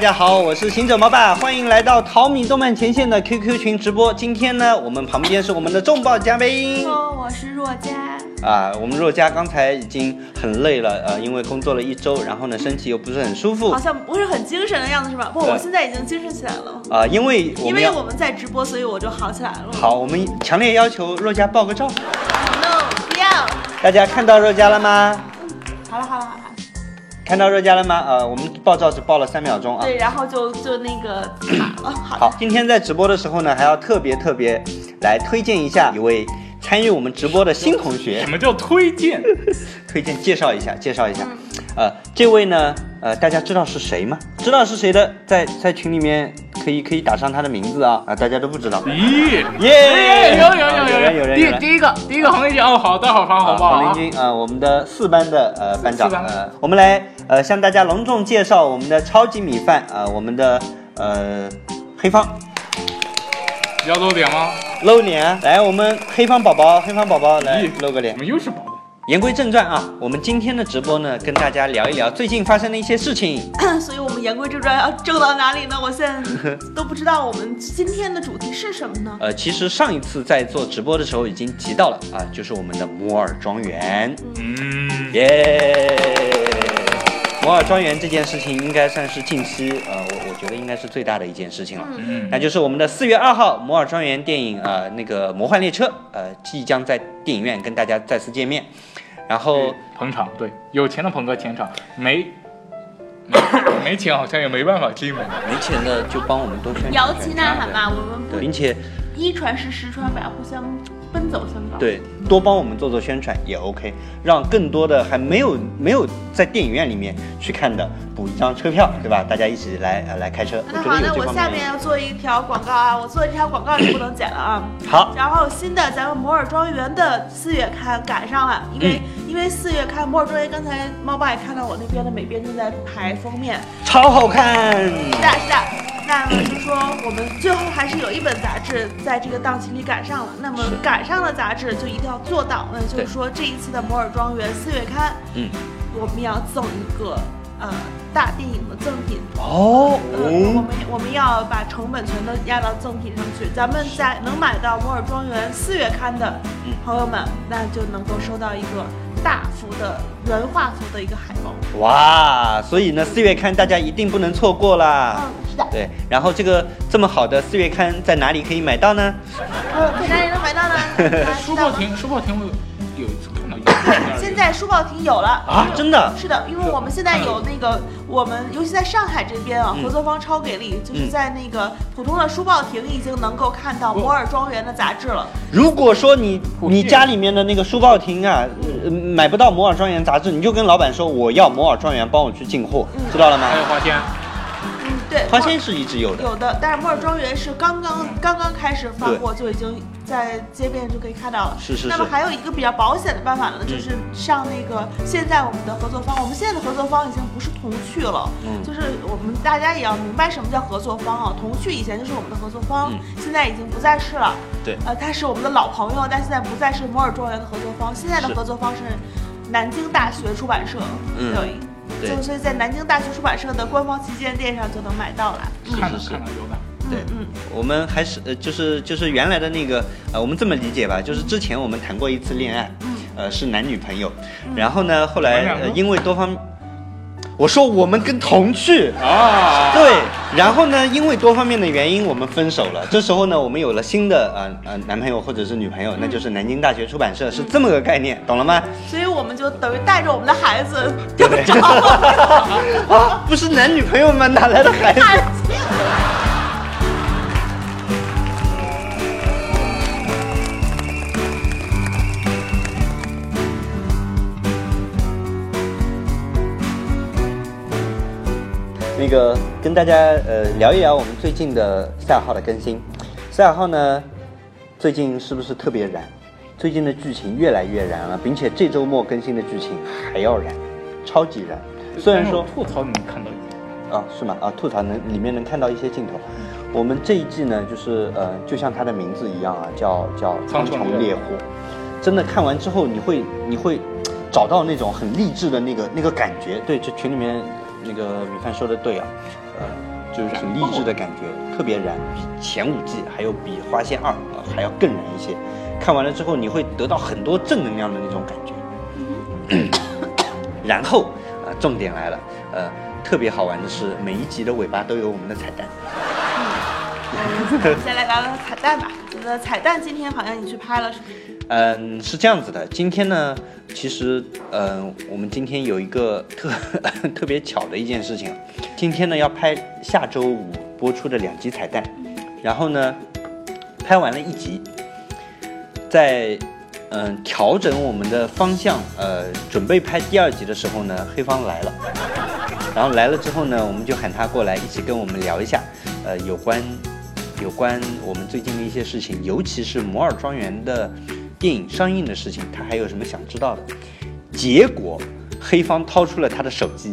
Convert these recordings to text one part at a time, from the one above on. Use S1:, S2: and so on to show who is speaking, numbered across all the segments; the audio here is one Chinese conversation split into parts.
S1: 家好，我是行者毛爸，欢迎来到淘米动漫前线的 QQ 群直播。今天呢，我们旁边是我们的重磅嘉宾
S2: 说我是若佳，
S1: 啊，我们若佳刚才已经很累了，呃，因为工作了一周，然后呢，身体又不是很舒服
S2: 好像不是很精神的样子是吧？不，
S1: 对
S2: 我现在已经精神起来了，
S1: 啊，因为我
S2: 因
S1: 们
S2: 为
S1: 要
S2: 我们在直播，所以我就好起来了。
S1: 好，我们强烈要求若佳爆个照。
S2: ，no，不要。
S1: 大家看到若佳了吗？
S2: 好了好了好了，
S1: 看到若佳了吗？呃，我们爆照只爆了三秒钟啊。
S2: 对，然后就就那个卡了。好，
S1: 好，今天在直播的时候呢，还要特别特别来推荐一下一位参与我们直播的新同学
S3: 什，么叫推荐？
S1: 推荐介绍一下，介绍一下。
S3: 嗯
S1: 呃，这位呢，呃，大家知道是谁吗？知道是谁的，在在群里面可以可以打上他的名字啊啊，大家都不知道。
S3: 咦，
S1: 耶、
S3: 嗯哎有有
S1: 啊
S3: 有
S1: 有人有人有
S3: 第
S1: 人。
S3: 第一个第一个红领巾哦，好的好防
S1: 啊，
S3: 好不好
S1: 黄
S3: 啊？
S1: 林军啊、呃我们的四班的呃班长，
S3: 四班
S1: 呃，我们来呃向大家隆重介绍我们的超级米饭啊、呃我们的呃黑方
S3: 要露点吗？
S1: 露脸，来，我们黑方宝宝，黑方宝宝来
S3: 咦
S1: 露个脸
S3: 怎。么又是宝宝？
S1: 言归正传啊，我们今天的直播呢，跟大家聊一聊最近发生的一些事情。
S2: 所以我们言归正传，要正到哪里呢？我现在都不知道我们今天的主题是什么呢？
S1: 呃，其实上一次在做直播的时候已经提到了啊，就是我们的摩尔庄园，
S3: 嗯，
S1: 耶、摩尔庄园这件事情应该算是近期呃，我我觉得应该是最大的一件事情了。
S3: 嗯
S1: 那就是我们的四月二号，摩尔庄园电影呃那个魔幻列车呃即将在电影院跟大家再次见面，然后
S3: 捧场，对，有钱的捧个钱场，没没 没钱好像也没办法进门。
S1: 没钱的就帮我们多宣传
S2: 摇
S1: 宣
S2: 旗
S1: 传
S2: 呐喊吧，我们
S1: 哎对
S2: 不
S1: 并且
S2: 一传十，十传百，互相奔走相告。，
S1: 对，多帮我们做做宣传也 OK，让更多的还没有没有在电影院里面去看的补一张车票，对吧？大家一起来呃来开车，我
S2: 那
S1: 觉
S2: 好，
S1: 得
S2: 那
S1: 有这
S2: 我
S1: 方
S2: 下
S1: 面的
S2: 面要做一条广告啊，我做这条广告你不能剪了啊。
S1: 好，
S2: 然后新的咱们摩尔庄园的四月刊赶上了，因为、因为四月刊摩尔庄园，刚才猫爸也看到我那边的美编正在排封面，
S1: 超好看，
S2: 是的，是的。那么就说我们最后还是有一本杂志在这个档期里赶上了，那么
S1: 是
S2: 赶上了杂志就一定要做到，那就
S1: 对
S2: 是说这一次的摩尔庄园四月刊，
S1: 嗯，
S2: 我们要赠一个呃大电影的赠品。
S1: 哦
S2: 呃，我们我们要把成本全都压到赠品上去。咱们在能买到《摩尔庄园》四月刊的
S1: 嗯
S2: 朋友们，那就能够收到一个大幅的原画幅的一个海报。
S1: 哇，所以呢四月刊大家一定不能错过啦。
S2: 嗯，是的，
S1: 啊对，然后这个这么好的四月刊在哪里可以买到呢？
S2: 呃，在哪里能买 到呢？大家
S3: 书
S2: 哎知道
S3: 报
S2: 吗
S3: 亭，书报亭我有有一次看到一个
S2: 现在书报亭有了
S1: 啊
S2: 因为
S1: 真的
S2: 是的，因为我们现在有那个，我们尤其在上海这边啊，合作方超给力，就是
S1: 嗯
S2: 在那个普通的书报亭已经能够看到《摩尔庄园》的杂志了。
S1: 如果说你
S3: 普遍
S1: 你家里面的那个书报亭啊，呃买不到《摩尔庄园》杂志，你就跟老板说我要《摩尔庄园》，帮我去进货，知道了吗
S3: 还？有花仙，
S2: 嗯，对，
S1: 花仙是一直有的。
S2: 有的，但是摩尔庄园是刚刚刚刚开始发货，就已经在街边就可以看到了。
S1: 是是
S2: 那么
S1: 是
S2: 还有一个比较保险的办法呢，就是上那个现在我们的合作方，我们现在的合作方已经不是童趣了，
S1: 嗯
S2: 就是我们大家也要明白什么叫合作方啊。童趣以前就是我们的合作方，啊
S1: 嗯
S2: 现在已经不再是了。
S1: 对
S2: 呃，他是我们的老朋友，但现在不再是摩尔庄园的合作方，现在的
S1: 是
S2: 合作方是南京大学出版社。
S1: 嗯
S2: 对。
S1: 对
S2: 就所以在南京大学出版社的官方旗舰店上就能买到了。
S3: 看
S1: 是
S3: 了
S1: 是
S3: 看了有的。
S1: 对
S2: 嗯，
S1: 我们还是呃，就是就是原来的那个呃，我们这么理解吧，就是之前我们谈过一次恋爱，
S3: 嗯
S1: 呃，是男女朋友，然后呢，后
S3: 我们
S1: 来
S3: 嗯两个
S1: 呃，因为多方，我说我们跟同去。
S3: 啊，
S1: 对，然后呢，因为多方面的原因，我们分手了。这时候呢，我们有了新的呃呃男朋友或者是女朋友，那就是南京大学出版社，是这么个概念，懂了吗？
S2: 嗯，所以我们就等于带着我们的孩子就找
S1: 啊，不是男女朋友吗？哪来的孩子？
S2: 孩子。
S1: 那个跟大家呃聊一聊我们最近的赛尔号的更新。赛尔号呢，最近是不是特别燃？最近的剧情越来越燃了，并且这周末更新的剧情还要燃，超级燃。虽然说
S3: 但是我吐槽你能看到一点，
S1: 啊，是吗？啊，吐槽能里面能看到一些镜头。我们这一季呢，就是呃，就像它的名字一样啊，叫叫《
S3: 苍
S1: 苍
S3: 穹
S1: 穹
S3: 烈
S1: 烈火》。真的看完之后，你会你会找到那种很励志的那个那个感觉。对，这群里面那个米饭说的对啊，呃，就
S3: 燃
S1: 挺
S3: 爆
S1: 励志的感觉，特别燃，比前五季还有比《花仙二》呃还要更燃一些。看完了之后，你会得到很多正能量的那种感觉。然后，呃，重点来了，呃，特别好玩的是，每一集的尾巴都有我们的彩蛋。
S2: 我 们先来聊聊彩蛋吧。你的彩蛋今天好像你去拍了，是不是？
S1: 嗯，是这样子的，今天呢，其实，嗯，我们今天有一个特 特别巧的一件事情，今天呢要拍下周五播出的两集彩蛋，然后呢，拍完了一集，在嗯调整我们的方向，呃，准备拍第二集的时候呢，黑方来了，然后来了之后呢，我们就喊他过来一起跟我们聊一下，呃，有关有关我们最近的一些事情，尤其是摩尔庄园的电影上映的事情，他还有什么想知道的？结果黑方掏出了他的手机，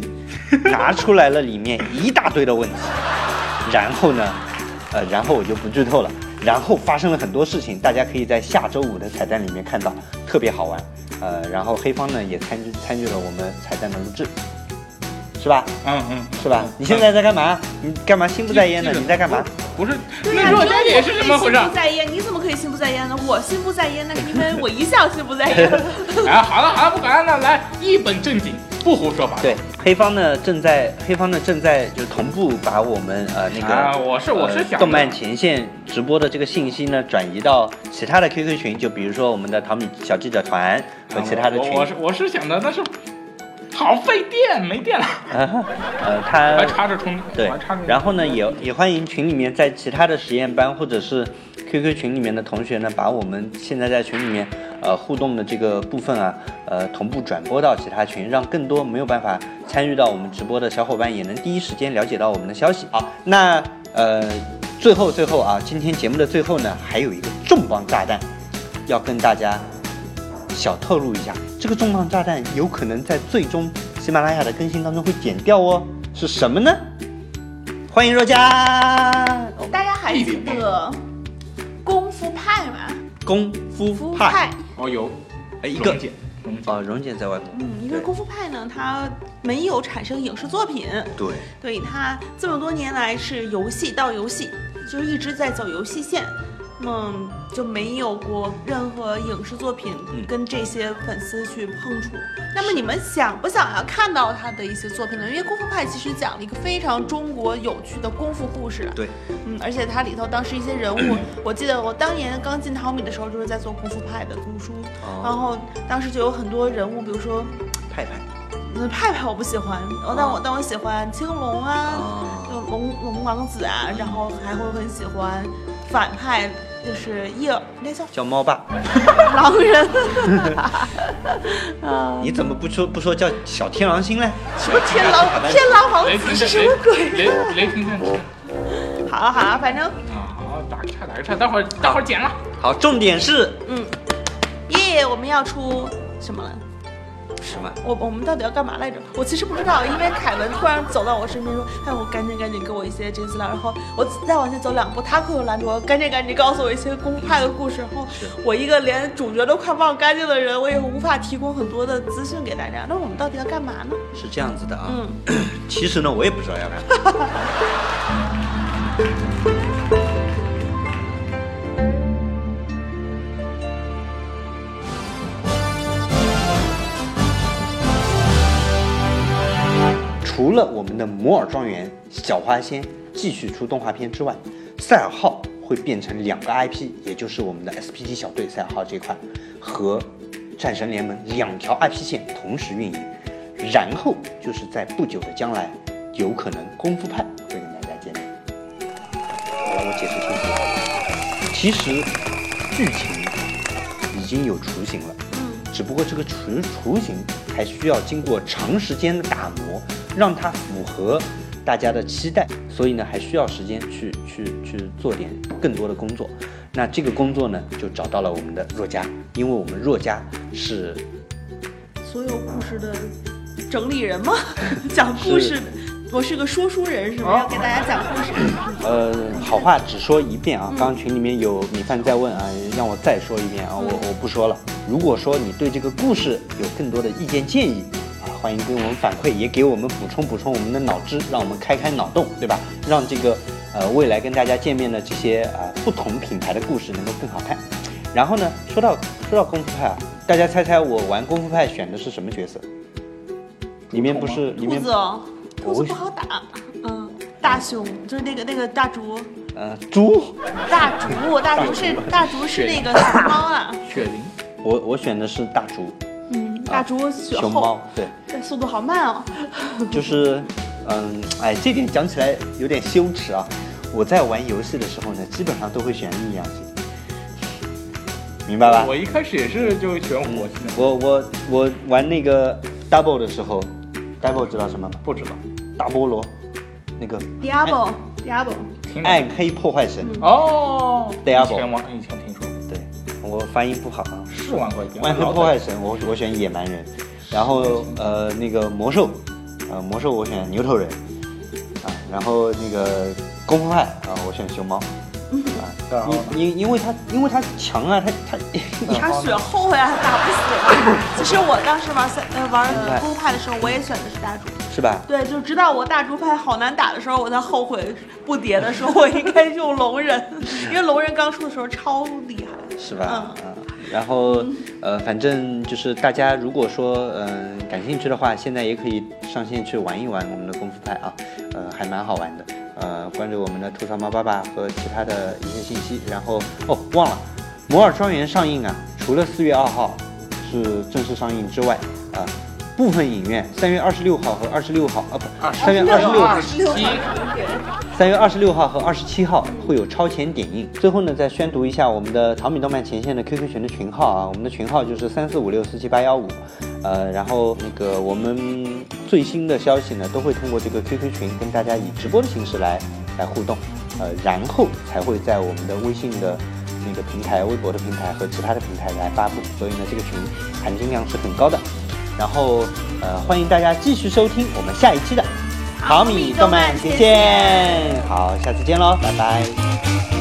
S1: 拿出来了里面一大堆的问题，然后呢，呃，然后我就不剧透了。然后发生了很多事情，大家可以在下周五的彩蛋里面看到，特别好玩。呃，然后黑方呢也参与参与了我们彩蛋的录制，是吧？
S3: 嗯嗯，
S1: 是吧？你现在在干嘛？你干嘛心不在焉呢？你在干嘛？
S3: 不是，
S2: 对
S3: 那
S2: 呀、
S3: 若
S2: 你
S3: 干
S2: 为
S3: 也
S2: 什么
S3: 是怎么
S2: 可以
S3: 回事
S2: 心？不在焉，你怎么可以心不在焉呢？我心不在焉，那是因为我一向心不在 焉。
S3: 哎，好了好了，不管了，来一本正经，不胡说八道。
S1: 对，黑方呢正在黑方呢正在就是同步把我们呃那个、
S3: 啊，我是我是
S1: 呃
S3: 想
S1: 动漫前线直播的这个信息呢转移到其他的 QQ 群，就比如说我们的淘米小记者团和其他的群
S3: 啊我我，是我是想的，但是好费电，没电了，
S1: 啊呃
S3: 我
S1: 他
S3: 还插着充，
S1: 对
S3: 我还插着，
S1: 然后呢也也欢迎群里面在其他的实验班或者是 QQ 群里面的同学呢，把我们现在在群里面呃互动的这个部分啊，呃同步转播到其他群，让更多没有办法参与到我们直播的小伙伴也能第一时间了解到我们的消息。好，那呃最后最后啊，今天节目的最后呢，还有一个重磅炸弹要跟大家小透露一下，这个重磅炸弹有可能在最终喜马拉雅的更新当中会剪掉哦，是什么呢？欢迎若家
S2: 大家还记得功夫派吗？
S1: 功
S2: 夫
S1: 夫派
S2: 派，，
S3: 哦有，
S1: 哎一个
S3: 溶解，溶解
S1: 哦，蓉姐在外面，
S2: 嗯，因为功夫派呢，它没有产生影视作品，
S1: 对，
S2: 所以它这么多年来是游戏到游戏，就是一直在走游戏线。嗯，就没有过任何影视作品
S1: 嗯
S2: 跟这些粉丝去碰触。那么你们想不想要看到他的一些作品呢？因为《功夫派》其实讲了一个非常中国有趣的功夫故事啊。
S1: 对，
S2: 嗯，而且它里头当时一些人物，我记得我当年刚进淘米的时候就是在做功夫派的读书，
S1: 哦
S2: 然后当时就有很多人物，比如说
S1: 派派，
S2: 嗯派派我不喜欢，哦但我但我喜欢青龙啊，就
S1: 哦，
S2: 龙龙王子啊，然后还会很喜欢反派，就是叶那叫
S1: 叫猫爸，
S2: 狼人，啊，
S1: 你怎么不说不说叫小天狼星呢？
S2: 什么 天狼天狼王
S3: 雷霆
S2: 子
S3: 战
S2: 是
S3: 士
S2: 什么鬼？
S3: 雷雷雷霆战
S1: 哦
S3: 士。
S2: 好了好了，反正
S3: 啊，好，打个岔，打个岔，待会儿待会儿剪了。
S1: 好，重点是
S2: 嗯，耶，我们要出什么了？
S1: 什么？
S2: 我我们到底要干嘛来着？我其实不知道，因为凯文突然走到我身边说：“哎，我赶紧赶紧给我一些这个资料。”然后我再往前走两步，他可又拦住我：“赶紧赶紧告诉我一些公派的故事。”然后我一个连主角都快忘干净的人，我也无法提供很多的资讯给大家。那我们到底要干嘛呢？
S1: 是这样子的啊，
S2: 嗯，
S1: 其实呢我也不知道要干嘛。除了我们的《摩尔庄园》《小花仙》继续出动画片之外，赛尔号会变成两个 IP，也就是我们的 SPT 小队赛尔号这块和战神联盟两条 IP 线同时运营。然后就是在不久的将来，有可能功夫派会跟大家见面。好了，我解释清楚了。其实剧情已经有雏形了，只不过这个雏雏形还需要经过长时间的打磨，让它符合大家的期待，所以呢，还需要时间去去去做点更多的工作。那这个工作呢，就找到了我们的若佳，因为我们若佳是
S2: 所有故事的整理人吗？ 讲故事
S1: 是哦
S2: 的，我是个说书人是吗？要给大家讲故事。
S1: 呃，好话只说一遍
S2: 嗯
S1: 啊！刚刚群里面有米饭在问啊，让我
S2: 嗯
S1: 再说一遍啊，我我不说了。如果说你对这个故事有更多的意见建议啊，欢迎给我们反馈，也给我们补充补充我们的脑汁，让我们开开脑洞，对吧？让这个呃未来跟大家见面的这些啊、不同品牌的故事能够更好看。然后呢，说到说到功夫派啊，大家猜猜我玩功夫派选的是什么角色？里面不是里
S2: 兔
S1: 面
S2: 子哦，
S1: 我
S2: 兔子
S1: 为
S2: 不好打，嗯，大熊就是那个那个大竹，
S1: 呃猪，
S2: 大竹，大竹是大竹是那个熊猫啊，
S3: 雪灵，
S1: 我我选的是大猪
S2: 嗯，大竹雪
S1: 熊
S2: 后
S1: 猫，，对，
S2: 这速度好慢哦，
S1: 就是嗯哎这点讲起来有点羞耻啊。我在玩游戏的时候呢，基本上都会选阴阳型，明白吧？嗯
S3: 我一开始也是就选火系的，
S1: 我我我玩那个 double 的时候，double 知道什么吗？
S3: 不知道。
S1: 大菠萝，那个
S2: 嗯 Diablo Diablo，
S3: 听着
S1: 暗黑破坏神。
S3: 哦，以
S1: 哎 Diablo
S3: 前玩以前听说过，
S1: 对，我发音不好啊。
S3: 是玩过一遍。
S1: 暗黑
S3: 老
S1: 破坏神，我我选野蛮人，然后呃那个魔兽，呃魔兽我选牛头人，啊，然后那个功夫派啊我选熊猫，
S3: 然
S1: 啊
S3: 后呢，
S1: 因因因为他因为他强啊，他他
S2: 你还雪后呀，打不 死。其实我当时玩三呃玩呃公派的时候，我也选的是大竹。
S1: 是吧？
S2: 对，就知道我大竹派好难打的时候，我才后悔不叠的时候，我应该用龙人，因为龙人刚出的时候超厉害。
S1: 是吧？啊，然后呃，反正就是大家如果说嗯、感兴趣的话，现在也可以上线去玩一玩我们的功夫派啊，呃，还蛮好玩的。呃，关注我们的吐槽猫爸爸和其他的一些信息。然后哦，忘了，《摩尔庄园》上映啊，除了四月二号是正式上映之外，啊、部分影院三月二十六号和二十六号啊，不，三月二十六
S3: 二十七，
S1: 三月二十六号和二十七号会有超前点映。最后呢，再宣读一下我们的淘米动漫前线的 QQ 群的群号啊，我们的群号就是三四五六四七八幺五。呃，然后那个我们最新的消息呢，都会通过这个 QQ 群跟大家以直播的形式来来互动，呃，然后才会在我们的微信的那个平台、微博的平台和其他的平台来发布。所以呢，这个群含金量是很高的。然后呃，欢迎大家继续收听我们下一期的。好米动漫前线，好，下次见喽，拜拜。